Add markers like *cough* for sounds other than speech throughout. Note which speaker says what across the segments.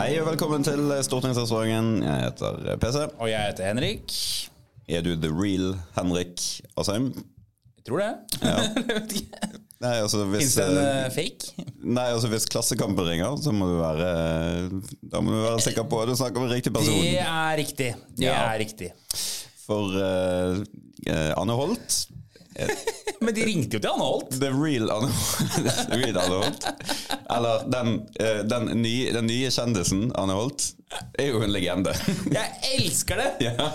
Speaker 1: Hei og velkommen til Stortingsrestauranten. Jeg heter PC.
Speaker 2: Og jeg heter Henrik.
Speaker 1: Er du the real Henrik Asheim?
Speaker 2: Jeg tror det.
Speaker 1: Nei, altså hvis,
Speaker 2: Fins det en
Speaker 1: eh,
Speaker 2: eh, fake?
Speaker 1: nei, altså hvis Klassekampen ringer, så må du være eh, Da må du være sikker på at du snakker med riktig person.
Speaker 2: Det er riktig. Det
Speaker 1: Ja.
Speaker 2: er riktig.
Speaker 1: For eh, eh, Anne Holt
Speaker 2: Men de ringte jo til Anne Holt.
Speaker 1: The real Anne Holt. *laughs* The real Anne Holt. Eller den, eh, den, nye, den nye kjendisen Anne Holt er jo en legende. *laughs*
Speaker 2: Jeg elsker det!
Speaker 1: ja.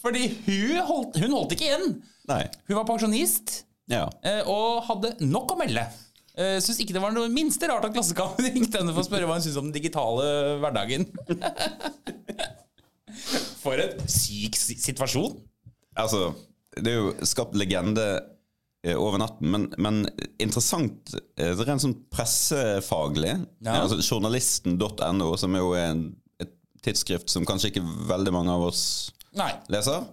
Speaker 2: Fordi hun holdt, hun holdt ikke igjen.
Speaker 1: Nei.
Speaker 2: Hun var pensjonist
Speaker 1: Ja.
Speaker 2: eh, og hadde nok å melde. Uh, Syns ikke det var noe minste rart at Klassekampen *laughs* ringte henne for å spørre hva hun syntes om den digitale hverdagen. *laughs* For en syk si- situasjon.
Speaker 1: Altså, det er jo skapt legende eh, over natten, men, men interessant eh, så rent sånn pressefaglig.
Speaker 2: Ja.
Speaker 1: Altså, Journalisten.no, som er jo en, et tidsskrift som kanskje ikke veldig mange av oss
Speaker 2: Nei.
Speaker 1: leser.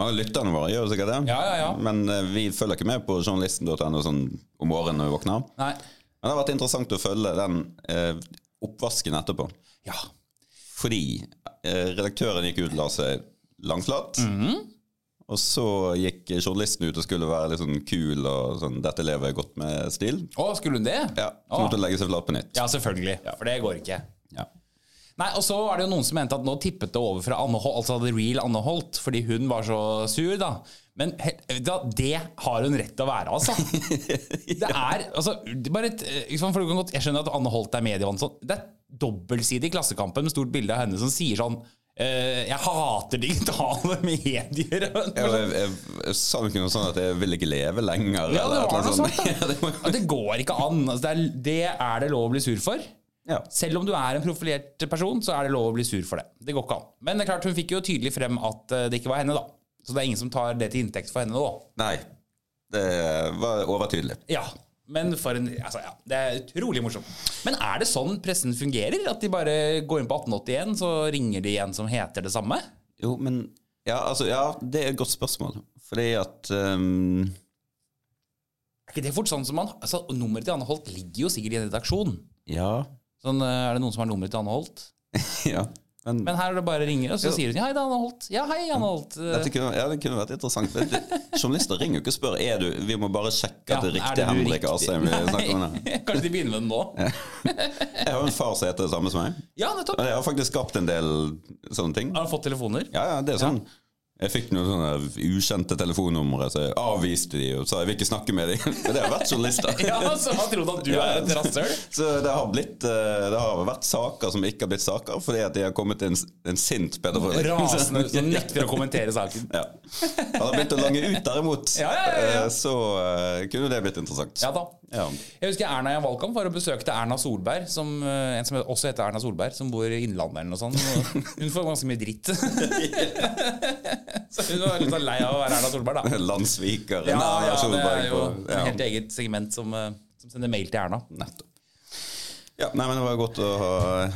Speaker 1: Mange av lytterne våre gjør jo sikkert det,
Speaker 2: Ja, ja, ja.
Speaker 1: men eh, vi følger ikke med på journalisten.no sånn om morgenen når vi våkner.
Speaker 2: Nei.
Speaker 1: Men det har vært interessant å følge den eh, oppvasken etterpå.
Speaker 2: Ja.
Speaker 1: Fordi eh, redaktøren gikk ut og la seg langflat.
Speaker 2: Mhm.
Speaker 1: Og så gikk journalisten ut og skulle være litt sånn kul og sånn 'Dette lever jeg godt med'-stil.
Speaker 2: Å, skulle hun det?
Speaker 1: Ja, Så
Speaker 2: Å.
Speaker 1: måtte hun legge seg flat på nytt.
Speaker 2: Ja, selvfølgelig. For det går ikke.
Speaker 1: Ja.
Speaker 2: Nei, og så er det jo noen som mente at nå tippet det over fra Anne Holt, altså The Real Anne Holt, fordi hun var så sur, da. Men he- vet du hva, det har hun rett til å være, altså. Det er, altså, det er bare et, eh, ikke sant, for du kan godt, Jeg skjønner at Anne Holt er medievann, sånn. Det er dobbeltside i Klassekampen med stort bilde av henne som sier sånn eh, Jeg hater digitale *laughs* medier.
Speaker 1: Jeg, jeg, jeg, jeg sa jo ikke noe sånn at jeg vil ikke leve lenger.
Speaker 2: Ja, det
Speaker 1: eller et
Speaker 2: var
Speaker 1: eller annet
Speaker 2: noe sånt.
Speaker 1: *laughs* Ja, det var-
Speaker 2: da. Det går ikke an. Altså, det, er, det er det lov å bli sur for.
Speaker 1: ja.
Speaker 2: Selv om du er en profilert person, så er det lov å bli sur for det. Det går ikke an. Men det er klart, hun fikk jo tydelig frem at eh, det ikke var henne, da. Så det er ingen som tar det til inntekt for henne nå.
Speaker 1: Nei. Det var overtydelig.
Speaker 2: Ja. Men for en, altså, ja, det er utrolig morsomt. Men er det sånn pressen fungerer? At de bare går inn på 1881, så ringer de en som heter det samme?
Speaker 1: Jo, men Ja, altså, ja, det er et godt spørsmål. Fordi at ehm,
Speaker 2: Er ikke det fort sånn som man altså, Nummeret til Anne Holt ligger jo sikkert i en redaksjon.
Speaker 1: Ja. *laughs*
Speaker 2: Sånn, eh, er det noen som har nummeret til Anne Holt?
Speaker 1: ja. Men,
Speaker 2: Men her er det bare ringer, og så
Speaker 1: Jo.
Speaker 2: sier hun hei, det er Anne Holt. Ja, hei, Anne Holt. Eh,
Speaker 1: Dette kunne, ja, det kunne vært interessant. Det- det- Journalister ringer jo ikke og spør er du, vi må bare sjekke at det er
Speaker 2: ja,
Speaker 1: riktig Henrik
Speaker 2: riktig?
Speaker 1: Asheim vi snakker om. her.
Speaker 2: Nei, *laughs* Kanskje de begynner med den nå?
Speaker 1: Jeg har en far som heter det samme som meg.
Speaker 2: Ja, nettopp.
Speaker 1: Og jeg har faktisk skapt en del sånne ting.
Speaker 2: Har han fått telefoner?
Speaker 1: Ja, ja, det er sånn. Jeg fikk noen sånne ukjente telefonnumre, så jeg avviste de og sa jeg vil ikke snakke med de. *laughs* Men det har vært journalister.
Speaker 2: *laughs* *laughs* Ja, så han trodde at du
Speaker 1: Ja.
Speaker 2: er et rasshøl?
Speaker 1: Så det har, blitt, eh, det har vært saker som ikke har blitt saker, fordi at de har kommet til en, en sint Peder Frølich. *laughs*
Speaker 2: Rasende sånn. som nekter å *laughs* kommentere saken.
Speaker 1: Ja. Hadde han begynt å lange ut derimot,
Speaker 2: Ja, ja, ja, ja.
Speaker 1: eh, så eh, kunne det blitt interessant.
Speaker 2: Ja da.
Speaker 1: Ja. *laughs*
Speaker 2: Jeg husker Erna i en valgkamp var og besøkte Erna Solberg, som, eh, en som også heter Erna Solberg, som bor i Innlandet eller noe sånt. Og Hun får ganske mye dritt. *laughs* Så hun var litt sånn lei av å være Erna *laughs* Solberg, da.
Speaker 1: Landssviker.
Speaker 2: Ja,
Speaker 1: Erna
Speaker 2: ja, det
Speaker 1: Solberg
Speaker 2: er jo
Speaker 1: på-
Speaker 2: et helt
Speaker 1: ja.
Speaker 2: eget segment som, eh, som sender mail til Erna.
Speaker 1: Nettopp. Ja, nei, men det var godt å ha,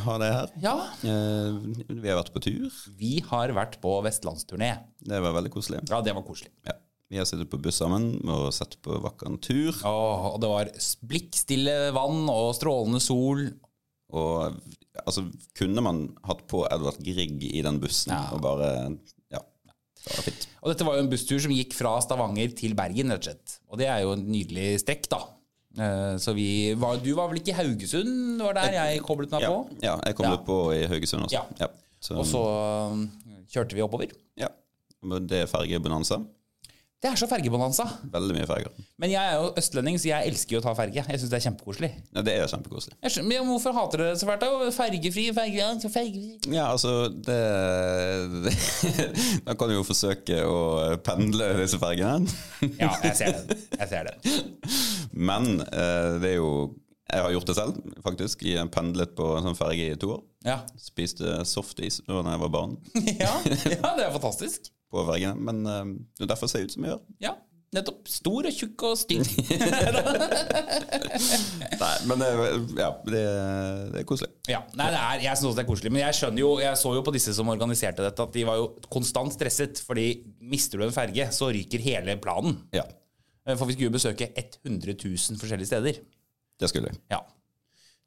Speaker 1: ha det her.
Speaker 2: Ja,
Speaker 1: Eh, vi har vært på tur.
Speaker 2: vi har vært på vestlandsturné.
Speaker 1: Det var veldig koselig.
Speaker 2: Ja, det var koselig.
Speaker 1: Ja. Vi har sittet på buss sammen og sett på vakker natur.
Speaker 2: Åh, og det var blikkstille vann og strålende sol.
Speaker 1: Og altså, kunne man hatt på Edvard Grieg i den bussen og bare Ja. Det var fint.
Speaker 2: Og dette var jo en busstur som gikk fra Stavanger til Bergen, rett og slett. Og det er jo en nydelig strekk, da. Eh, Så vi var, du var vel ikke i Haugesund, var der jeg koblet meg
Speaker 1: Ja,
Speaker 2: på?
Speaker 1: ja jeg kom
Speaker 2: Eh, Ja.
Speaker 1: litt på i Haugesund også.
Speaker 2: Ja.
Speaker 1: Så,
Speaker 2: Og så eh, kjørte vi oppover.
Speaker 1: ja. Men Det er fergebonanza.
Speaker 2: Det er så fergebonanza.
Speaker 1: Veldig mye ferger.
Speaker 2: Men jeg er jo østlending, så jeg elsker jo å ta ferge. Jeg syns det er kjempekoselig.
Speaker 1: Ja, det er kjempekoselig.
Speaker 2: Jeg skjønner- Men hvorfor hater dere det så fælt, da? Fergefri, ferge, ja, fergefri
Speaker 1: Ja, altså det, *laughs* Da kan du jo forsøke å pendle disse fergene. *laughs*
Speaker 2: Ja, jeg ser det. Jeg ser det.
Speaker 1: Men eh, det er jo Jeg har gjort det selv, faktisk. Jeg pendlet på en sånn ferge i to år.
Speaker 2: Ja. *laughs*
Speaker 1: Spiste softis da jeg var barn
Speaker 2: ja. Ja, det er fantastisk.
Speaker 1: på fergene. Men eh, det er derfor ser jeg ut som jeg gjør.
Speaker 2: Ja. Nettopp. Stor og tjukk og stygg.
Speaker 1: Nei, men det, ja, det, det er koselig.
Speaker 2: Ja, nei, det er, Jeg synes også det er koselig, men jeg skjønner jo, jeg så jo på disse som organiserte dette, at de var jo konstant stresset. fordi mister du en ferge, så ryker hele planen.
Speaker 1: Ja,
Speaker 2: Eh, For vi skulle jo besøke 100 000 forskjellige steder.
Speaker 1: det skulle jeg.
Speaker 2: Ja.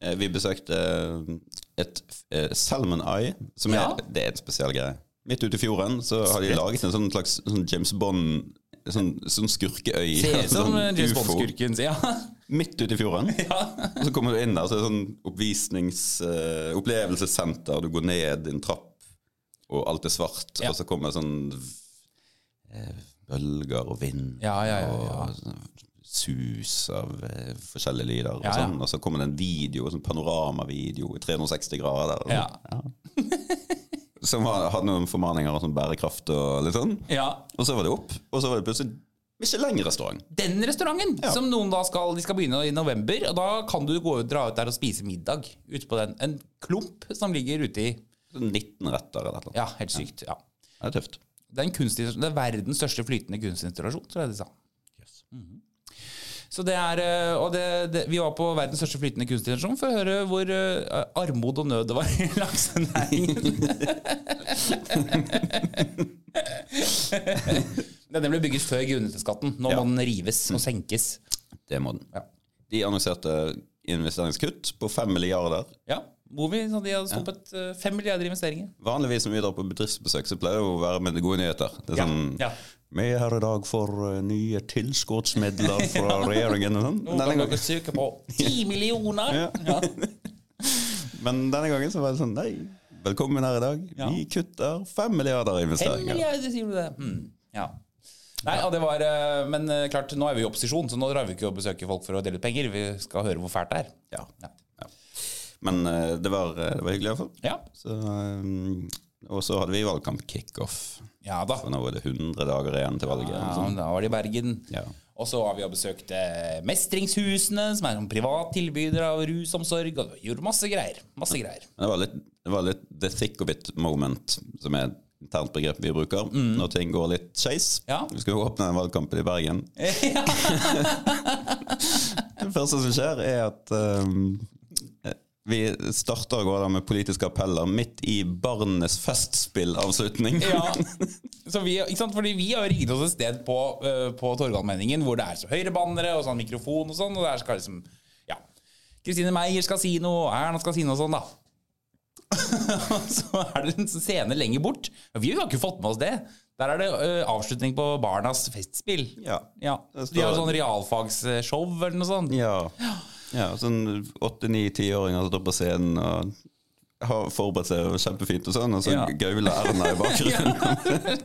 Speaker 1: Eh, Vi besøkte eh, et eh, Salmon Eye, som
Speaker 2: Ja.
Speaker 1: er, det er en spesiell greie. Midt ute i fjorden så har de laget en sånn slags sånn James Bond Sånn, sånn skurkeøy.
Speaker 2: Ser ut
Speaker 1: *laughs*
Speaker 2: som eh,
Speaker 1: sånn
Speaker 2: James
Speaker 1: UFO.
Speaker 2: Bond-skurken. Ja.
Speaker 1: Midt ute i
Speaker 2: *laughs*
Speaker 1: fjorden. Og så kommer du inn der, så er det sånn oppvisnings... eh, opplevelsessenter. Du går ned i en trapp, og alt er svart.
Speaker 2: Ja.
Speaker 1: Og så kommer sånn eh, bølger og vind
Speaker 2: Ja, ja, ja, ja.
Speaker 1: og sånn sus av eh, forskjellige lyder. Og,
Speaker 2: Ja, ja.
Speaker 1: sånn. og så kommer det en video, sånn panoramavideo i 360 grader. og
Speaker 2: Ja.
Speaker 1: sånn. Ja. Som har- hadde noen formaninger om sånn bærekraft og litt sånn.
Speaker 2: ja.
Speaker 1: Og så var det opp, og så var det plutselig Michelin-restaurant.
Speaker 2: Den restauranten som noen da skal De skal begynne i november, og da kan du gå ut, dra ut der og spise middag ute på den. En klump som ligger ute i
Speaker 1: Sånn 19 retter eller noe.
Speaker 2: Ja, helt sykt. ja.
Speaker 1: Det er tøft.
Speaker 2: Det er, en kunstinstallasjon- det er verdens største flytende kunstinstallasjon, tror jeg de sa. Mhm. Så det er, eh, og det, det, Vi var på verdens største flytende kunstinstallasjon for å høre hvor eh, armod og nød det var i *laughs* laksenæringen. Den ble bygget før grunnrenteskatten. Nå
Speaker 1: Ja.
Speaker 2: må den rives og senkes.
Speaker 1: Det må den.
Speaker 2: Ja.
Speaker 1: De annonserte investeringskutt på 5 milliarder.
Speaker 2: Ja, Movi sånn, de hadde stoppet eh, fem milliarder investeringer.
Speaker 1: Vanligvis når vi drar på bedriftsbesøk, så pleier det å være med gode nyheter. Det er
Speaker 2: Ja,
Speaker 1: sånn,
Speaker 2: ja.
Speaker 1: Vi er her i dag for eh, nye tilskuddsmidler
Speaker 2: *laughs*
Speaker 1: fra regjeringen og sånn. Denne
Speaker 2: Nå kan dere
Speaker 1: gangen,
Speaker 2: søke på ti
Speaker 1: Ja.
Speaker 2: millioner! Ja.
Speaker 1: men denne gangen så var det sånn Nei, velkommen her i dag.
Speaker 2: Ja.
Speaker 1: Vi kutter 5 milliarder i
Speaker 2: Fem
Speaker 1: investeringer.
Speaker 2: milliarder, sier du det? Hmm. Ja. Nei, ja, det var, eh, Men eh, klart, nå er vi i opposisjon, så nå drar vi ikke og besøker folk for å dele ut penger. Vi skal høre hvor fælt det er.
Speaker 1: Ja.
Speaker 2: Ja.
Speaker 1: Men eh, det var, eh, det var hyggelig iallfall.
Speaker 2: Ja,
Speaker 1: Så, eh, og så hadde vi valgkamp kickoff.
Speaker 2: ja da.
Speaker 1: For nå er det 100 dager igjen til valget.
Speaker 2: Ja,
Speaker 1: eller sånn.
Speaker 2: men da var det i Bergen.
Speaker 1: Ja.
Speaker 2: Og så har vi jo besøkt eh, Mestringshusene, som er en privat tilbyder av rusomsorg. Og vi gjorde masse greier. Masse greier.
Speaker 1: Men det var litt, det var litt the thick of it moment, som er et internt begrep vi bruker når ting går litt skeis.
Speaker 2: Mm. Ja.
Speaker 1: Vi skal jo åpne den valgkampen i
Speaker 2: *laughs*
Speaker 1: Bergen. *laughs* det første som skjer, er at um, vi starter å gå der med politiske appeller midt i barnenes festspillavslutning.
Speaker 2: Ja. Så vi, ikke sant? Fordi vi har jo rigget oss et sted på, uh, på Torgallmenningen hvor det er så høyrebannere og sånn mikrofon og sånn. Og der skal liksom Ja. Kristine Meyer skal si noe, og Erna skal si noe og sånn, da. *laughs* Og så er det en sånn scene lenger bort. Og Vi har ikke fått med oss det. Der er det eh, avslutning på Barnas festspill.
Speaker 1: *laughs* Ja.
Speaker 2: Ja.
Speaker 1: Det
Speaker 2: De har
Speaker 1: står-
Speaker 2: sånn realfagsshow eller noe sånt.
Speaker 1: Ja. ja sånn åtte-ni-tiåringer som står på scenen og har forberedt seg kjempefint og sånn, og så
Speaker 2: Ja.
Speaker 1: gauler Erna i
Speaker 2: *laughs*
Speaker 1: *laughs* bakgrunnen.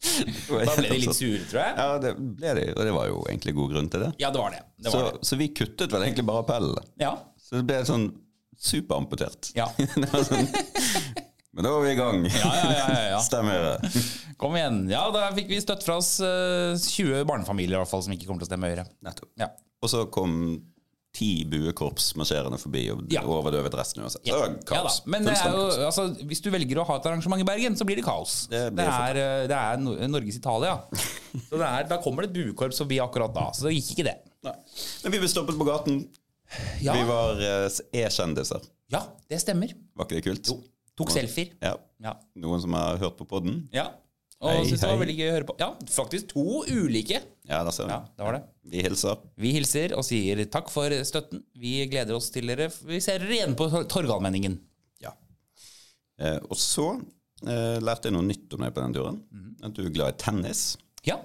Speaker 2: Da ble de litt sure, tror jeg.
Speaker 1: Ja, det ble de, og det var jo egentlig god grunn til det.
Speaker 2: Ja, det var det. det,
Speaker 1: så,
Speaker 2: var det.
Speaker 1: så vi kuttet vel egentlig bare appellen.
Speaker 2: Ja.
Speaker 1: Så det ble sånn superamputert.
Speaker 2: Ja.
Speaker 1: Det var sånn, men da var vi i gang.
Speaker 2: Ja, ja, ja, ja, ja.
Speaker 1: *laughs* Stemmer det.
Speaker 2: Kom igjen. Ja, da fikk vi støtt fra oss eh, 20 barnefamilier i hvert fall som ikke kommer til å stemme Høyre.
Speaker 1: Nettopp.
Speaker 2: Ja.
Speaker 1: Og så kom ti buekorps marsjerende forbi og
Speaker 2: Ja.
Speaker 1: overdøvet resten uansett. Så det var
Speaker 2: Ja da.
Speaker 1: kaos.
Speaker 2: Men det er
Speaker 1: Fullstendig
Speaker 2: jo,
Speaker 1: kaos.
Speaker 2: altså, hvis du velger å ha et arrangement i Bergen, så blir det kaos.
Speaker 1: Det blir
Speaker 2: er, eh, det er Nor- Norges
Speaker 1: *laughs*
Speaker 2: Italia. Så det er, da kommer det et buekorps forbi akkurat da. Så det gikk ikke det.
Speaker 1: Nei. Men vi ble stoppet på gaten.
Speaker 2: Ja,
Speaker 1: Vi var eh, e-kjendiser.
Speaker 2: ja det stemmer.
Speaker 1: Var ikke det kult? Jo.
Speaker 2: Tok selfier.
Speaker 1: Ja.
Speaker 2: Ja.
Speaker 1: Noen som har hørt på podden?
Speaker 2: ja. Og
Speaker 1: Hei,
Speaker 2: syntes det var
Speaker 1: hei.
Speaker 2: veldig gøy å høre på. Ja, faktisk to ulike.
Speaker 1: Ja, der ser vi.
Speaker 2: Ja, det var det.
Speaker 1: Vi hilser.
Speaker 2: Vi hilser og sier takk for støtten. Vi gleder oss til dere. Vi ser dere igjen på Tor- Torgallmenningen.
Speaker 1: Ja. Eh, og så eh, lærte jeg noe nytt om deg på den turen.
Speaker 2: Mhm.
Speaker 1: At du er glad i tennis.
Speaker 2: Ja.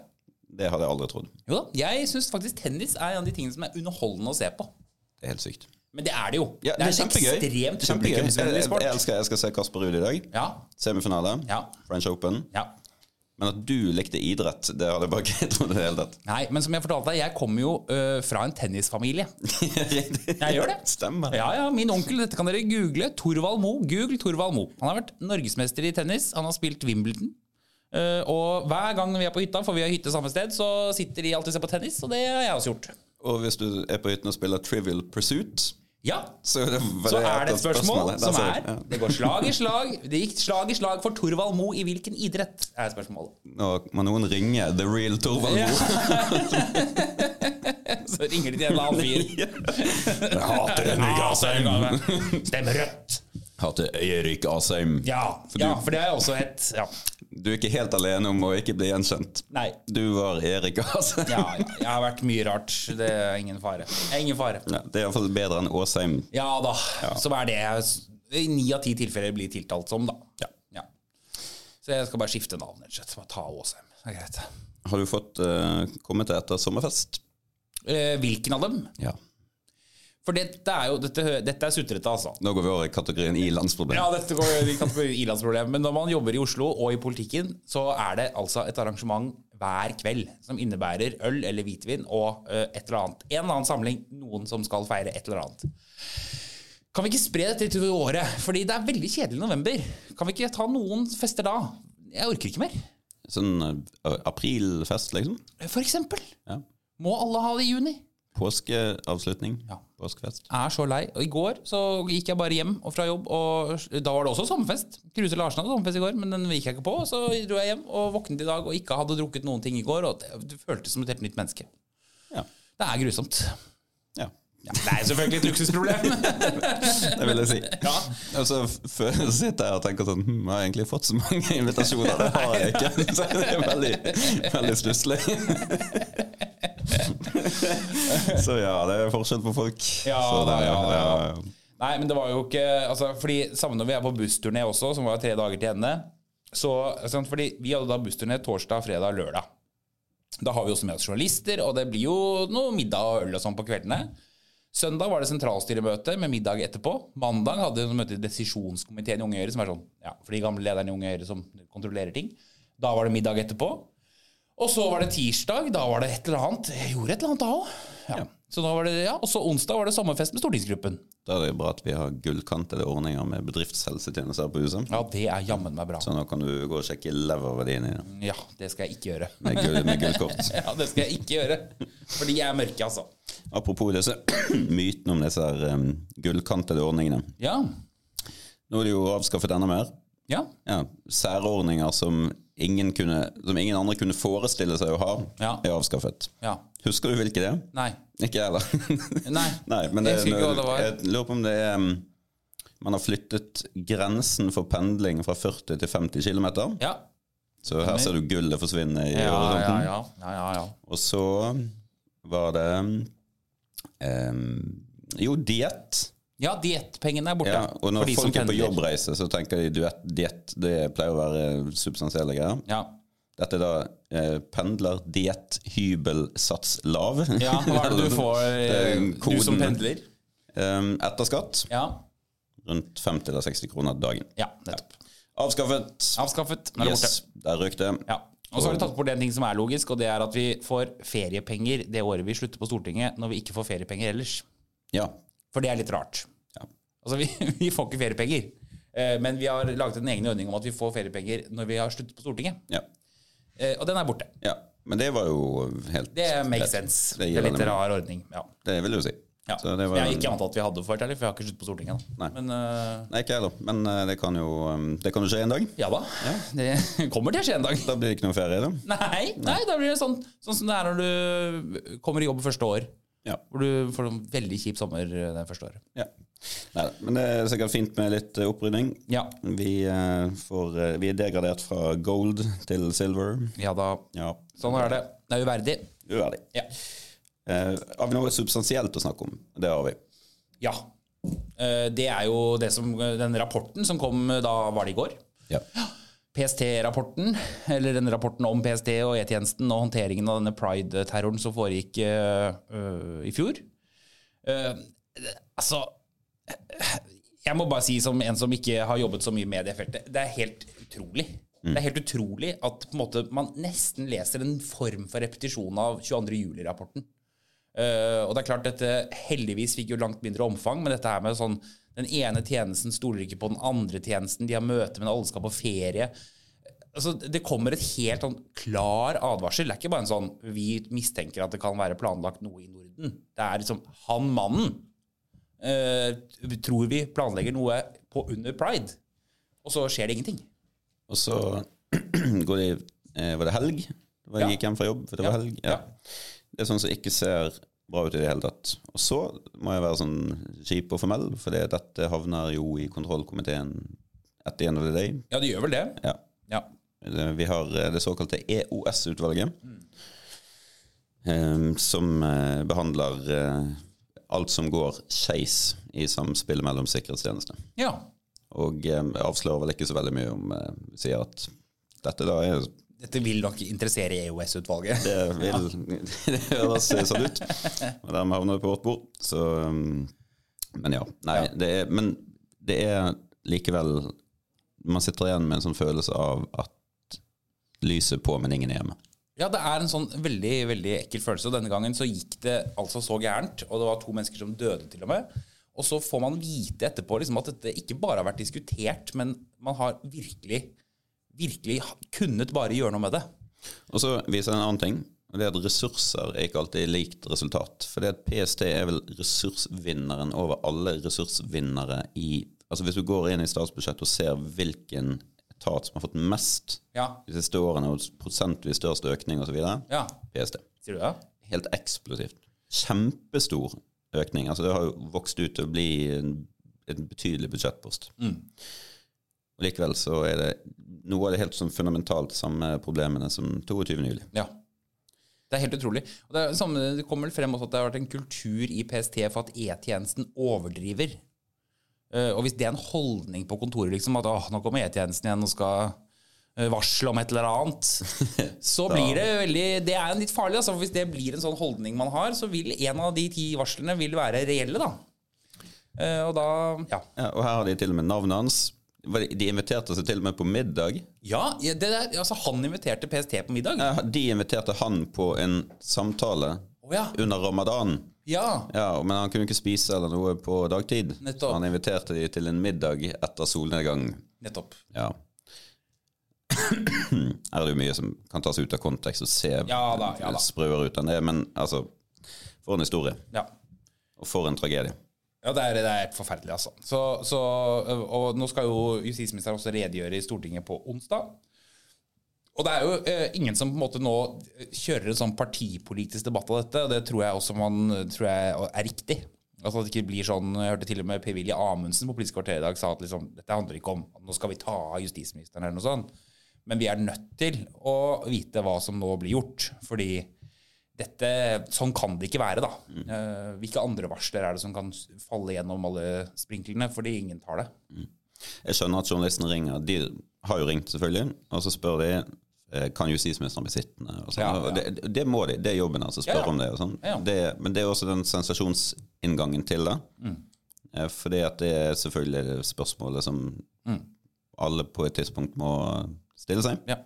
Speaker 1: Det hadde jeg aldri trodd.
Speaker 2: Jo da. Jeg syns faktisk tennis er en av de tingene som er underholdende å se på.
Speaker 1: Det er helt sykt.
Speaker 2: Men det er det jo.
Speaker 1: Ja,
Speaker 2: det, er en ekstremt
Speaker 1: Kjempegøy.
Speaker 2: publikumsvennlig
Speaker 1: Jeg, jeg,
Speaker 2: sport.
Speaker 1: elsker, jeg skal se Kasper Ruud i dag.
Speaker 2: Ja,
Speaker 1: Semifinale.
Speaker 2: Ja.
Speaker 1: French Open.
Speaker 2: ja.
Speaker 1: Men at du likte idrett, det hadde jeg bare ikke *laughs* trodd i det hele tatt.
Speaker 2: Nei, men som jeg fortalte deg, jeg kommer jo ø, fra en tennisfamilie. Jeg gjør det.
Speaker 1: Stemmer.
Speaker 2: Ja, ja, Min onkel, dette kan dere google. Torvald Mo. Google Torvald Mo. Han har vært norgesmester i tennis. Han har spilt Wimbledon. Eh, og hver gang vi er på hytta, for vi har hytte samme sted, så sitter de alltid og ser på tennis. Og det har jeg også gjort.
Speaker 1: Og hvis du er på hytten og spiller Trivial Pursuit,
Speaker 2: Ja,
Speaker 1: så er det, et
Speaker 2: Så er det
Speaker 1: av
Speaker 2: et spørsmål altså.
Speaker 1: spørsmålene. Der
Speaker 2: som
Speaker 1: ser
Speaker 2: er
Speaker 1: du. Ja.
Speaker 2: Det går slag i slag. Det gikk slag i slag for Torvald Mo i hvilken idrett, er spørsmålet.
Speaker 1: Nå må noen ringe The Real Torvald *laughs* Moe.
Speaker 2: *laughs* Så ringer de til en eller annen fyr.
Speaker 1: Jeg hater
Speaker 2: Stem rødt!
Speaker 1: Hater Eirik Asheim.
Speaker 2: Ja,
Speaker 1: For
Speaker 2: ja,
Speaker 1: du-
Speaker 2: for det har jeg også hett. Ja.
Speaker 1: Du er ikke helt alene om å ikke bli gjenkjent.
Speaker 2: Nei.
Speaker 1: Du var Erik, altså.
Speaker 2: Ja, ja, jeg har vært mye rart. Det er ingen fare. Det er Ingen fare.
Speaker 1: *laughs* Ja, det er iallfall bedre enn Åsheim.
Speaker 2: Ja da. Som er det jeg i ni av ti tilfeller blir tiltalt som, da.
Speaker 1: Ja.
Speaker 2: Så jeg skal bare skifte navn, rett og slett. Bare ta Åsheim. Det er greit.
Speaker 1: Har du fått eh, kommet deg etter sommerfest?
Speaker 2: Eh, hvilken av dem?
Speaker 1: Ja.
Speaker 2: For dette er jo Dette, hø- dette er sutrete, altså.
Speaker 1: Nå går vi over i kategorien i-landsproblem.
Speaker 2: Ja, dette går jo i kategorien ilandsproblem. Men når man jobber i Oslo og i politikken, så er det altså et arrangement hver kveld som innebærer øl eller hvitvin og eh, et eller annet. En eller annen samling, noen som skal feire et eller annet. Kan vi ikke spre dette utover året? Fordi det er veldig kjedelig i november. Kan vi ikke ta noen fester da? Jeg orker ikke mer.
Speaker 1: Sånn eh, aprilfest, liksom.
Speaker 2: For eksempel.
Speaker 1: Ja.
Speaker 2: Må alle ha det i juni?
Speaker 1: Påskeavslutning.
Speaker 2: Ja.
Speaker 1: Påskefest.
Speaker 2: er så lei. Og I går så gikk jeg bare hjem og fra jobb, og da var det også sommerfest. Kruse Larsen hadde sommerfest i går, men den gikk jeg ikke på. Så dro jeg hjem og våknet i dag og ikke hadde drukket noen ting i går. Og det, det føltes som et helt nytt menneske.
Speaker 1: Ja.
Speaker 2: Det er grusomt.
Speaker 1: ja.
Speaker 2: Ja, det er selvfølgelig et luksusproblem.
Speaker 1: Det vil jeg
Speaker 2: *laughs*
Speaker 1: si. Og så f- før jeg sitter jeg og tenker sånn hm, Har jeg egentlig fått så mange *laughs* invitasjoner? Det har jeg ikke. *laughs* Så det er veldig, veldig stusslig. *laughs* Så ja, det er forskjell på folk.
Speaker 2: Ja,
Speaker 1: så det, er-
Speaker 2: ja, ja.
Speaker 1: det er-
Speaker 2: Nei, men det var jo ikke altså, Fordi samme når vi er på bussturné også, som var tre dager til ende så, sant, Fordi vi hadde da bussturné torsdag, fredag, lørdag. Da har vi også med oss journalister, og det blir jo noe middag og øl og sånn på kveldene. Søndag var det sentralstyremøte med middag etterpå. Mandag hadde vi møte i desisjonskomiteen i Unge Høyre, som er sånn ja, for de gamle lederne i Unge Høyre som kontrollerer ting. Da var det middag etterpå. Og så var det tirsdag, da var det et eller annet. Jeg gjorde et eller annet da òg. Ja. Så da var det, ja, og så onsdag var det sommerfest med stortingsgruppen.
Speaker 1: Da er det jo bra at vi har gullkantede ordninger med bedriftshelsetjenester på huset.
Speaker 2: Ja, det er jammen meg bra.
Speaker 1: Så nå kan du gå og sjekke leververdien din
Speaker 2: Ja, det skal jeg ikke gjøre. *laughs*
Speaker 1: med, gull, med gullkort.
Speaker 2: Ja, det skal jeg ikke gjøre. Fordi jeg er mørke, altså.
Speaker 1: Apropos disse *clears throat* mytene om disse her, um, gullkantede ordningene.
Speaker 2: Ja.
Speaker 1: Nå er det jo avskaffet enda mer.
Speaker 2: Ja.
Speaker 1: ja, særordninger som ingen, kunne, som ingen andre kunne forestille seg å ha,
Speaker 2: Ja.
Speaker 1: er avskaffet.
Speaker 2: Ja.
Speaker 1: Husker du hvilke det er?
Speaker 2: Nei.
Speaker 1: Ikke jeg heller.
Speaker 2: Nei.
Speaker 1: *laughs* Nei, men det,
Speaker 2: Jeg husker ikke hva det var.
Speaker 1: jeg lurer på om det er um, Man har flyttet grensen for pendling fra 40 til 50 km.
Speaker 2: Ja.
Speaker 1: Så her ser du gullet forsvinne i
Speaker 2: Ja,
Speaker 1: horisonten.
Speaker 2: ja, ja. ja, ja, ja.
Speaker 1: Og så var det um, Jo, diett.
Speaker 2: ja Diettpengene er borte.
Speaker 1: Ja, og
Speaker 2: for
Speaker 1: når
Speaker 2: de som
Speaker 1: folk er på
Speaker 2: pendler.
Speaker 1: jobbreise, så tenker de duett- diett. Det pleier å være substansielle greier.
Speaker 2: Ja.
Speaker 1: Dette er da eh, pendler, diett, hybel, sats, lav.
Speaker 2: ja.
Speaker 1: *laughs*
Speaker 2: Hva er det du får,
Speaker 1: Det er
Speaker 2: eh, du
Speaker 1: koden.
Speaker 2: som pendler?
Speaker 1: Em, etter skatt
Speaker 2: Ja.
Speaker 1: rundt 50 eller 60 kroner dagen.
Speaker 2: Ja, nettopp.
Speaker 1: Avskaffet.
Speaker 2: Avskaffet. Nå er det borte.
Speaker 1: Yes, der røk det.
Speaker 2: Ja. Og så har vi tatt bort en ting som er logisk, og det er at vi får feriepenger det året vi slutter på Stortinget, når vi ikke får feriepenger ellers.
Speaker 1: Ja.
Speaker 2: For det er litt rart.
Speaker 1: Ja.
Speaker 2: Altså, vi, *laughs* vi får ikke feriepenger. Eh, Men vi har laget en egen ordning om at vi får feriepenger når vi har sluttet på Stortinget.
Speaker 1: ja.
Speaker 2: Eh, Og den er borte.
Speaker 1: ja. Men det var jo helt
Speaker 2: Det makes
Speaker 1: det-
Speaker 2: sense.
Speaker 1: det
Speaker 2: Det
Speaker 1: gir
Speaker 2: er litt
Speaker 1: veldig
Speaker 2: rar ordning. Ja.
Speaker 1: Det vil du si.
Speaker 2: Ja.
Speaker 1: Så det var-
Speaker 2: Jeg har ikke antatt vi hadde for det, for jeg har ikke sluttet på Stortinget. Da.
Speaker 1: Nei.
Speaker 2: Men eh,
Speaker 1: Nei, ikke jeg heller. Men eh, det kan jo em, Det kan jo skje en dag.
Speaker 2: ja da. *laughs* Det kommer til å skje en dag. *laughs*
Speaker 1: Da blir det ikke noe ferie, da.
Speaker 2: Nei, nei, da blir det sånn, sånn som det er når du eh, kommer i jobb første år.
Speaker 1: Ja.
Speaker 2: Hvor du får en veldig kjip sommer eh, det første året.
Speaker 1: ja. Nei, men det er sikkert fint med litt eh, opprydning.
Speaker 2: Ja.
Speaker 1: Vi, eh, får, eh, vi er degradert fra gold til silver.
Speaker 2: ja da.
Speaker 1: Ja,
Speaker 2: Sånn er det. Det er uverdig.
Speaker 1: uverdig.
Speaker 2: Ja.
Speaker 1: Eh, har vi noe substansielt å snakke om? Det har vi.
Speaker 2: ja. Eh, Det er jo det som, eh, den rapporten som kom eh, da, var det i går?
Speaker 1: Ja.
Speaker 2: PST-rapporten, eller den rapporten om PST og E-tjenesten og håndteringen av denne pride-terroren som foregikk eh, øh, i fjor. Eh, altså Jeg må bare si som en som ikke har jobbet så mye i mediefeltet, det er helt utrolig. Det er helt utrolig at på en måte, man nesten leser en form for repetisjon av 22. juli-rapporten. Eh, og det er klart dette heldigvis fikk jo langt mindre omfang, men dette her med sånn den ene tjenesten stoler ikke på den andre tjenesten, de har møte, men alle skal på ferie. Altså, det kommer et helt sånn klar advarsel. Det er ikke bare en sånn vi mistenker at det kan være planlagt noe i Norden. Det er liksom han mannen eh, tror vi planlegger noe på under pride, og så skjer det ingenting.
Speaker 1: Og så *clears throat* går de eh, Var det helg? Det var, jeg
Speaker 2: Ja.
Speaker 1: gikk hjem fra jobb, for det var helg. Ja. Det er sånn som ikke ser bra ut i det hele tatt. Og så må jeg være sånn kjip og formell, for dette havner jo i kontrollkomiteen at the end of the day.
Speaker 2: Ja, det gjør vel det.
Speaker 1: Ja.
Speaker 2: Ja.
Speaker 1: Eh, Vi har eh, det såkalte EOS-utvalget, eh, som eh, behandler eh, alt som går skeis i samspillet mellom sikkerhetstjenestene.
Speaker 2: Ja.
Speaker 1: Og eh, avslører vel ikke så veldig mye om eh, sier at dette da er
Speaker 2: Dette vil nok interessere E EOS-utvalget.
Speaker 1: Det vil *laughs* Det høres sånn ut. Og dermed havner det på vårt bord. Så um, Men ja. Nei, det er Men det er likevel Man sitter igjen med en sånn følelse av at lyset på, men ingen er hjemme.
Speaker 2: Ja, det er en sånn veldig veldig ekkel følelse. Og denne gangen så gikk det altså så gærent, og det var to mennesker som døde til og med. Og så får man vite etterpå liksom, at dette ikke bare har vært diskutert, men man har virkelig, virkelig kunnet bare gjøre noe med det.
Speaker 1: Og så viser en annen ting. og Det er at ressurser er ikke alltid likt resultat. For det at PST er vel ressursvinneren over alle ressursvinnere i Altså hvis du går inn i statsbudsjettet og ser hvilken etat som har fått mest
Speaker 2: Ja.
Speaker 1: de siste årene, og prosentvis størst økning osv.,
Speaker 2: ja.
Speaker 1: PST.
Speaker 2: Sier du det?
Speaker 1: Helt eksplosivt. Kjempestor økning. Altså det har jo vokst ut til å bli en, en betydelig budsjettpost. Og likevel så er det noe av det helt sånn fundamentalt samme problemene som 22. juli.
Speaker 2: Ja. Det er helt utrolig. Og det, er, det samme, det kommer vel frem også at det har vært en kultur i PST for at E-tjenesten overdriver. Eh, og hvis det er en holdning på kontoret, liksom, at åh, nå kommer E-tjenesten igjen og skal eh, varsle om et eller *laughs* annet, så blir det veldig Det er litt farlig, altså. For hvis det blir en sånn holdning man har, så vil en av de ti varslene vil være reelle, da. Eh, og da Ja.
Speaker 1: Ja, og her har de til og med navnet hans. Var det- De inviterte seg til og med på middag.
Speaker 2: ja det der, altså, han inviterte PST på middag. Å
Speaker 1: Ja, De inviterte han på en samtale
Speaker 2: ja.
Speaker 1: under ramadan.
Speaker 2: ja.
Speaker 1: Ja, Men han kunne ikke spise eller noe på dagtid.
Speaker 2: Nettopp.
Speaker 1: Han inviterte de til en middag etter solnedgang.
Speaker 2: Nettopp.
Speaker 1: Ja. *clears throat* Her er det jo mye som kan tas ut av kontekst og se
Speaker 2: Ja da, ja da.
Speaker 1: sprøere ut enn det. Men altså, for en historie.
Speaker 2: Ja.
Speaker 1: Og for en tragedie.
Speaker 2: Ja, det er, det er forferdelig, altså. Så, så, og nå skal jo justisministeren også redegjøre i Stortinget på onsdag. Og det er jo eh, ingen som på en måte nå kjører en sånn partipolitisk debatt av dette, og det tror jeg også man tror jeg er riktig. Altså at det ikke blir sånn, Jeg hørte til og med Per-Willy Amundsen på Politisk kvarter i dag sa at liksom, dette handler ikke om at nå skal vi ta av justisministeren eller noe sånt. Men vi er nødt til å vite hva som nå blir gjort. Fordi dette, sånn kan det ikke være, da.
Speaker 1: Mm.
Speaker 2: Eh, hvilke andre varsler er det som kan s- falle gjennom alle sprinklene? Fordi ingen tar det.
Speaker 1: Jeg skjønner at journalisten ringer. De har jo ringt, selvfølgelig. Og så spør de eh, kan justisministeren bli sittende. Og sånn.
Speaker 2: Ja, ja.
Speaker 1: Og Det, det må de. Det er jobben deres å
Speaker 2: Ja,
Speaker 1: spørre
Speaker 2: ja.
Speaker 1: om det. Og sånn.
Speaker 2: Ja, ja.
Speaker 1: det. Men det er også den sensasjonsinngangen til det.
Speaker 2: Mm.
Speaker 1: Eh, Fordi at det er selvfølgelig det spørsmålet som
Speaker 2: Mm.
Speaker 1: alle på et tidspunkt må stille seg.
Speaker 2: Ja.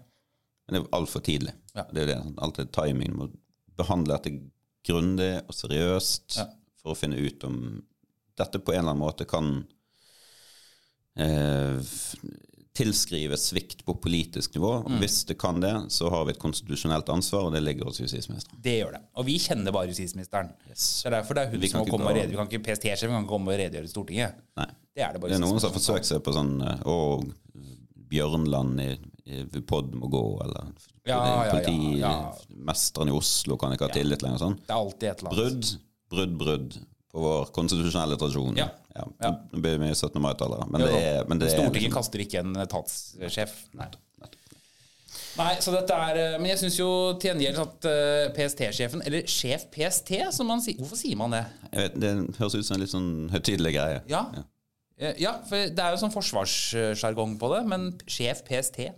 Speaker 1: Men det er jo altfor tidlig.
Speaker 2: Ja.
Speaker 1: Det er jo det. sånn, Alltid timingen må behandle dette grundig og seriøst
Speaker 2: Ja.
Speaker 1: for å finne ut om dette på en eller annen måte kan eh, f- tilskrives svikt på politisk nivå.
Speaker 2: Mm.
Speaker 1: Og Hvis det kan det, så har vi et konstitusjonelt ansvar, og det ligger hos justisministeren.
Speaker 2: Det gjør det. Og vi kjenner bare justisministeren. Det er derfor det er hun
Speaker 1: Vi
Speaker 2: som
Speaker 1: kan
Speaker 2: må
Speaker 1: ikke ta-
Speaker 2: komme og redegjøre. Vi kan ikke PST-sjefen kan ikke komme og redegjøre i Stortinget.
Speaker 1: Nei.
Speaker 2: Det er det bare
Speaker 1: Det er noen som har
Speaker 2: justisministeren
Speaker 1: forsøkt seg på sånn eh, Å, Bjørnland i, i pod må gå, eller
Speaker 2: Ja, ja, ja, ja.
Speaker 1: politimesteren i Oslo kan ikke ha tillit lenger. og sånn.
Speaker 2: Det er alltid et eller annet.
Speaker 1: Brudd, brudd, brudd på vår konstitusjonelle tradisjon.
Speaker 2: Ja. Ja.
Speaker 1: Nå blir vi 17. mai-talere, men
Speaker 2: Jo,
Speaker 1: det er, liksom- men det er
Speaker 2: Stortinget kaster ikke en etatssjef. Nei. Nei, så dette er eh, Men jeg syns jo til gjengjeld at eh, PST-sjefen, eller sjef PST, som man sier Hvorfor sier man det?
Speaker 1: jeg vet, Det høres ut som en litt sånn høytidelig greie.
Speaker 2: Ja. Eh, ja, for det er jo sånn forsvarssjargong på det, men sjef PST.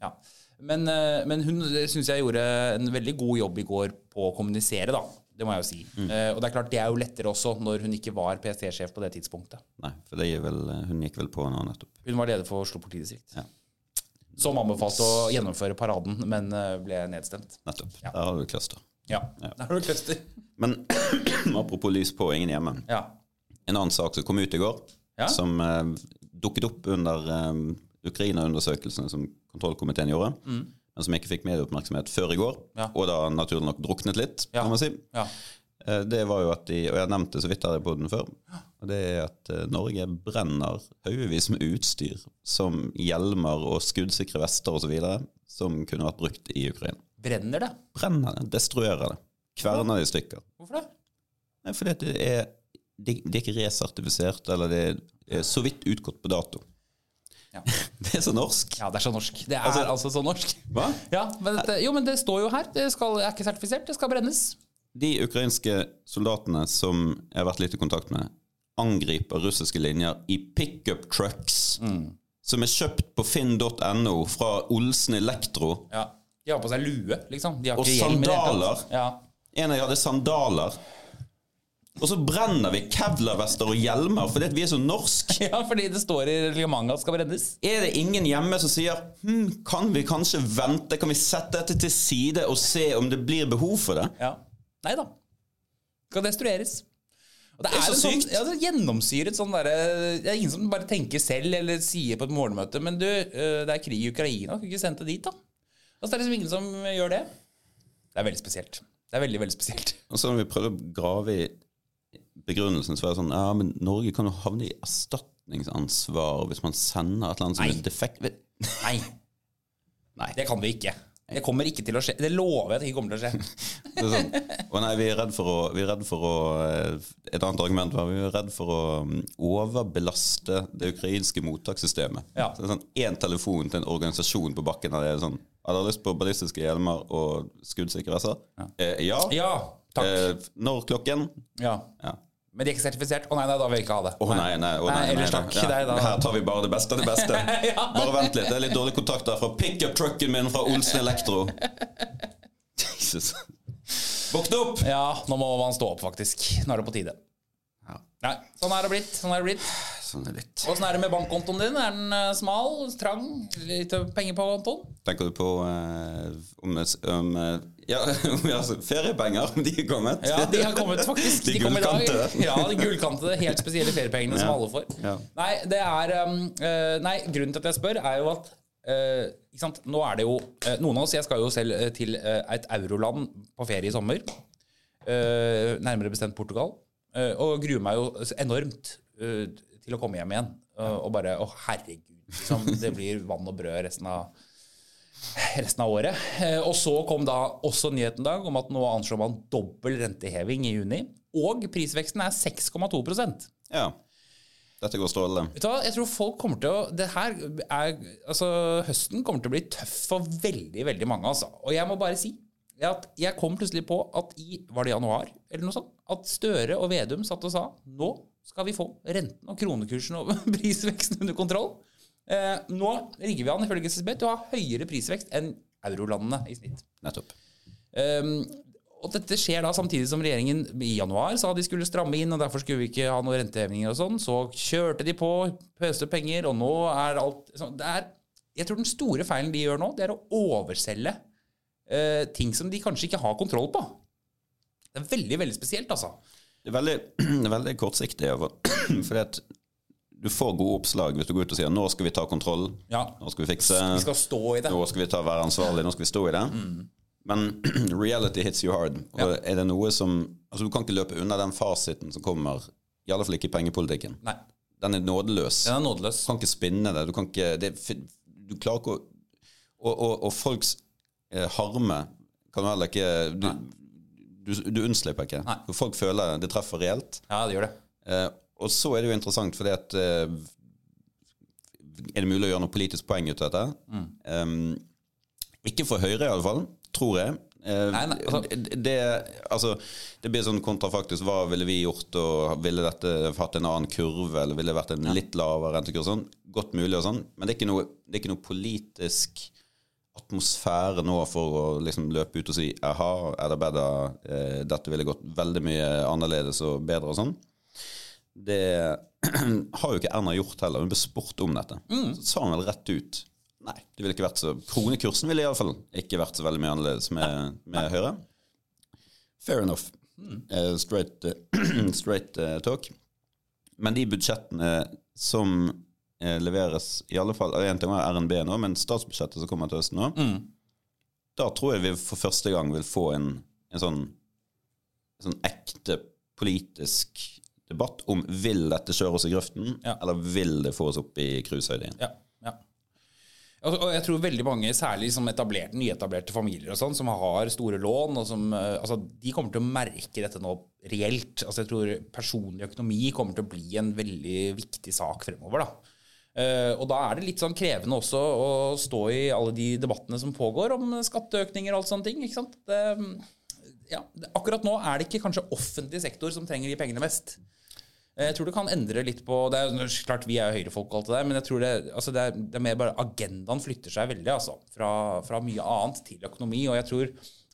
Speaker 2: Ja. Men, eh, men hun syns jeg gjorde en veldig god jobb i går på å kommunisere, da. Det må jeg jo si. Eh, Og det er klart, det er jo lettere også når hun ikke var PST-sjef på det tidspunktet.
Speaker 1: Nei, for det er vel, hun gikk vel på nå nettopp.
Speaker 2: Hun var leder for Oslo politidistrikt.
Speaker 1: Ja.
Speaker 2: Som anbefalte å gjennomføre paraden, men eh, ble nedstemt.
Speaker 1: nettopp. Der har du et cluster.
Speaker 2: Ja. Der har du cluster.
Speaker 1: Men *clears throat* apropos lys på, ingen hjemme.
Speaker 2: Ja.
Speaker 1: En annen sak som kom ut i går,
Speaker 2: Ja.
Speaker 1: som eh, dukket opp under eh, Ukraina-undersøkelsen som kontrollkomiteen gjorde, men som ikke fikk medieoppmerksomhet før i går,
Speaker 2: Mm. Ja.
Speaker 1: og da naturlig nok druknet litt,
Speaker 2: Ja.
Speaker 1: kan man si.
Speaker 2: ja.
Speaker 1: Eh, Det var jo at de, og jeg har nevnt det så vidt her i podden før, og det er at eh, Norge brenner haugevis med utstyr som hjelmer og skuddsikre vester osv. som kunne vært brukt i Ukraina.
Speaker 2: Brenner det?
Speaker 1: Brenner det, destruerer det, kverner det i stykker.
Speaker 2: Hvorfor det?
Speaker 1: Nei, fordi at det er, de, de er ikke resertifisert, eller det er så vidt utgått på dato.
Speaker 2: Ja.
Speaker 1: *laughs* Det er så norsk.
Speaker 2: Ja, det er så norsk. Det er altså,
Speaker 1: Altså-
Speaker 2: så norsk.
Speaker 1: Hva?
Speaker 2: Ja, men dette, jo, men det står jo her. Det skal, er ikke sertifisert. Det skal brennes.
Speaker 1: De ukrainske soldatene som jeg har vært litt i kontakt med, angriper russiske linjer i pickup trucks som er kjøpt på finn.no fra Olsen Elektro.
Speaker 2: Ja. De har på seg lue, liksom. De har
Speaker 1: Og
Speaker 2: ikke hjelm i det hele tatt.
Speaker 1: sandaler.
Speaker 2: Ja. *laughs*
Speaker 1: En av de hadde sandaler. Og så brenner vi kevlarvester og hjelmer fordi at vi er så norsk.
Speaker 2: ja, fordi det står i reglementet at det skal brennes.
Speaker 1: Er det ingen hjemme som sier hm, kan vi kanskje vente, kan vi sette dette til side og se om det blir behov for det?
Speaker 2: Ja. Nei da. Skal destrueres. Og
Speaker 1: Det er så
Speaker 2: en sånn-
Speaker 1: sykt.
Speaker 2: ja, det er gjennomsyret sånn derre Det er ingen som bare tenker selv eller sier på et morgenmøte Men du, eh, det er krig i Ukraina. Kan vi ikke sende det dit, da? Altså, det er liksom ingen som gjør det. Det er veldig spesielt. Det er veldig, veldig spesielt.
Speaker 1: Og så når vi prøvde å grave i begrunnelsen, så var det sånn Ja, men Norge kan jo havne i erstatningsansvar hvis man sender et eller annet som
Speaker 2: Nei.
Speaker 1: er defekt
Speaker 2: Nei.
Speaker 1: Nei.
Speaker 2: Det kan vi ikke. Det kommer ikke til å skje. Det lover jeg at det ikke kommer til å skje.
Speaker 1: Det er sånn, å nei, vi er redd for å, vi er redd for å eh, Et annet argument var vi er redd for å mm, overbelaste det ukrainske mottakssystemet.
Speaker 2: Ja.
Speaker 1: Så det er sånn Én telefon til en organisasjon på bakken der det er sånn Har dere lyst på ballistiske hjelmer og skuddsikre vester? Eh, ja.
Speaker 2: Ja, takk.
Speaker 1: Eh, når klokken?
Speaker 2: Ja.
Speaker 1: Ja.
Speaker 2: Men de er ikke sertifisert. Å nei, nei, da vil jeg ikke ha det.
Speaker 1: Å nei, nei. å nei,
Speaker 2: Nei,
Speaker 1: nei,
Speaker 2: ellers
Speaker 1: nei.
Speaker 2: takk, nei, da.
Speaker 1: Her tar vi bare det beste av det beste. Bare vent litt, det er litt dårlig kontakt der fra pickup-trucken min fra Olsen Elektro. Jesus. Våkne opp!
Speaker 2: Ja, nå må man stå opp, faktisk. Nå er det på tide.
Speaker 1: Ja.
Speaker 2: Nei, sånn er det blitt. Sånn er det blitt.
Speaker 1: Sånn er litt.
Speaker 2: Åssen er det med bankkontoen din? Er den eh, smal? Trang? Litt penger på kontoen?
Speaker 1: Tenker du på eh, om, om eh, ja, *laughs* om ja, altså, feriepenger, om de er kommet?
Speaker 2: Ja, de har kommet,
Speaker 1: *laughs*
Speaker 2: faktisk.
Speaker 1: De
Speaker 2: kom i dag.
Speaker 1: gullkantede.
Speaker 2: Ja, de gullkantede, helt spesielle feriepengene som alle får.
Speaker 1: Ja.
Speaker 2: Nei, det er um, eh, Nei, grunnen til at jeg spør, er jo at eh, ikke sant? Nå er det jo eh, Noen av oss Jeg skal jo selv eh, til eh, et euroland på ferie i sommer. Eh, nærmere bestemt Portugal. Eh, og gruer meg jo enormt eh, til å komme hjem igjen. Eh, og bare Å, herregud. Liksom, det blir vann og brød resten av resten av året. Eh, Og så kom da også nyheten i dag om at nå anslår man dobbel renteheving i juni. Og prisveksten er 6,2 Vet
Speaker 1: ja. Dette går strålende.
Speaker 2: du hva, jeg tror folk kommer til å Det her er Altså, høsten kommer til å bli tøff for veldig, veldig mange, altså. Og jeg må bare si at jeg kom plutselig på at i Var det januar, eller noe sånt? At Støre og Vedum satt og sa nå skal vi få renten og kronekursen og *laughs* prisveksten under kontroll. Eh, nå rigger vi an ifølge SSB til å ha høyere prisvekst enn eurolandene i snitt.
Speaker 1: Nettopp.
Speaker 2: Um, og dette skjer da samtidig som regjeringen i januar sa de skulle stramme inn, og derfor skulle vi ikke ha noen rentehevinger og sånn. Så kjørte de på, pøste penger, og nå er alt så det er, Jeg tror den store feilen de gjør nå, det er å overselge eh, ting som de kanskje ikke har kontroll på. Det er veldig, veldig spesielt, altså.
Speaker 1: Det er veldig, *clears throat* det er veldig kortsiktig. For, *clears throat* fordi at du får gode oppslag hvis du går ut og sier 'nå skal vi ta kontroll',
Speaker 2: Ja.
Speaker 1: 'nå skal vi fikse',
Speaker 2: Vi skal stå i det.
Speaker 1: nå skal vi ta være ansvarlig, nå skal vi stå i det. Men *clears throat* reality hits you hard. Og er det noe som Altså Du kan ikke løpe unna den fasiten som kommer, i alle fall ikke i pengepolitikken.
Speaker 2: Nei.
Speaker 1: Den er nådeløs.
Speaker 2: Den er nådeløs.
Speaker 1: Du kan ikke spinne det. Du kan ikke det, er fin- Du klarer ikke å Og, og, og folks eh, harme kan heller ikke Du, du, du unnslipper ikke.
Speaker 2: Nei.
Speaker 1: For Folk føler det treffer reelt.
Speaker 2: Ja, det gjør det.
Speaker 1: Eh, og så er det jo interessant fordi at eh, Er det mulig å gjøre noe politisk poeng ut av dette?
Speaker 2: Mm.
Speaker 1: Eh, ikke for Høyre, iallfall, tror jeg. Eh,
Speaker 2: Nei, nei, altså-
Speaker 1: d- det, altså, det blir sånn kontrafaktisk. Hva ville vi gjort? Og ville dette hatt en annen kurve? Eller ville det vært en litt lavere rentekurs? Sånn. Godt mulig og sånn. Men det er ikke noe, det er ikke noe politisk atmosfære nå for å liksom løpe ut og si aha, er det bedre, eh, dette ville gått veldig mye annerledes og bedre og sånn. Det *clears throat* har jo ikke Erna gjort heller. Hun ble spurt om dette. Så sa hun vel rett ut Nei, det ville ikke vært så Kronekursen ville iallfall ikke vært så veldig mye annerledes med, med Høyre. Fair enough. Eh, straight eh, *clears throat* straight eh, talk. Men de budsjettene som eh, leveres, i alle fall eh, En ting var RNB nå, men statsbudsjettet som kommer til høsten nå, da tror jeg vi for første gang vil få en, en sånn, en sånn ekte politisk debatt om vil dette kjøre oss i grøften,
Speaker 2: Ja.
Speaker 1: eller vil det få oss opp i cruisehøyde igjen.
Speaker 2: Ja, ja. Og og jeg tror veldig mange, særlig liksom etablerte, nyetablerte familier og sånn, som har store lån, og som, eh, altså, de kommer til å merke dette nå reelt. Altså, jeg tror personlig økonomi kommer til å bli en veldig viktig sak fremover. Da. Eh, og da er det litt sånn krevende også å stå i alle de debattene som pågår om skatteøkninger og alt sånne ting. ikke sant? Det, ja, det, akkurat nå er det ikke kanskje offentlig sektor som trenger de pengene mest. Eh, Jeg tror det kan endre litt på det er, jo Klart vi er høyrefolk og alt det der, men jeg tror det, altså det, er, det er mer bare agendaen flytter seg veldig. altså, Fra, fra mye annet til økonomi. Og jeg tror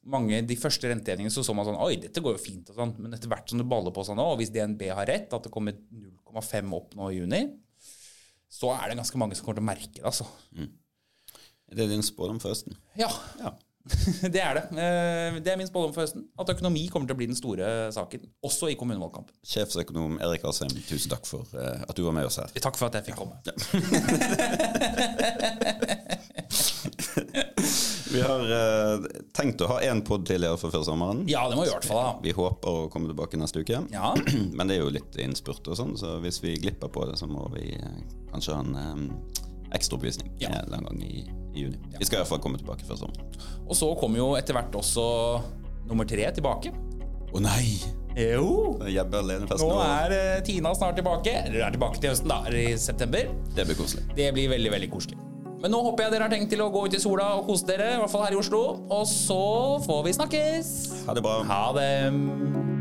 Speaker 2: mange, de første rentehevingene så så man sånn Oi, dette går jo fint, og sånn. Men etter hvert som det baller på seg nå, og hvis DNB har rett, at det kommer 0,5 opp nå i juni, så er det ganske mange som kommer til å merke det, altså.
Speaker 1: Det er din spådom, forresten.
Speaker 2: Ja, *laughs*
Speaker 1: Ja.
Speaker 2: det er det. Eh, Det er min spådom for høsten. At økonomi kommer til å bli den store saken. Også i kommunevalgkampen.
Speaker 1: Sjefsøkonom Erik Asheim, tusen takk for eh, at du var med oss her.
Speaker 2: Takk for at jeg fikk komme.
Speaker 1: Vi har eh, tenkt å ha én pod tidligere for før sommeren.
Speaker 2: Ja, det må vi i hvert fall ha.
Speaker 1: Vi håper å komme tilbake neste uke.
Speaker 2: Ja.
Speaker 1: *clears throat* Men det er jo litt innspurt og sånn, så hvis vi glipper på det, så må vi eh, kanskje ha en um, ekstraoppvisning
Speaker 2: Ja.
Speaker 1: en eller annen gang i, i juni. Vi skal iallfall komme tilbake før sommeren.
Speaker 2: Og så kom jo etter hvert også nummer tre tilbake.
Speaker 1: Å nei!
Speaker 2: Jo!
Speaker 1: Jebbe alenefesten
Speaker 2: Nå
Speaker 1: over.
Speaker 2: er eh, Tina snart tilbake. Eller er tilbake til høsten, da. Eller i september.
Speaker 1: Det blir koselig.
Speaker 2: Det blir veldig, veldig koselig. Men nå håper jeg dere har tenkt til å gå ut i sola og kose dere, i hvert fall her i Oslo. Og så får vi snakkes!
Speaker 1: Ha det bra.
Speaker 2: Ha det!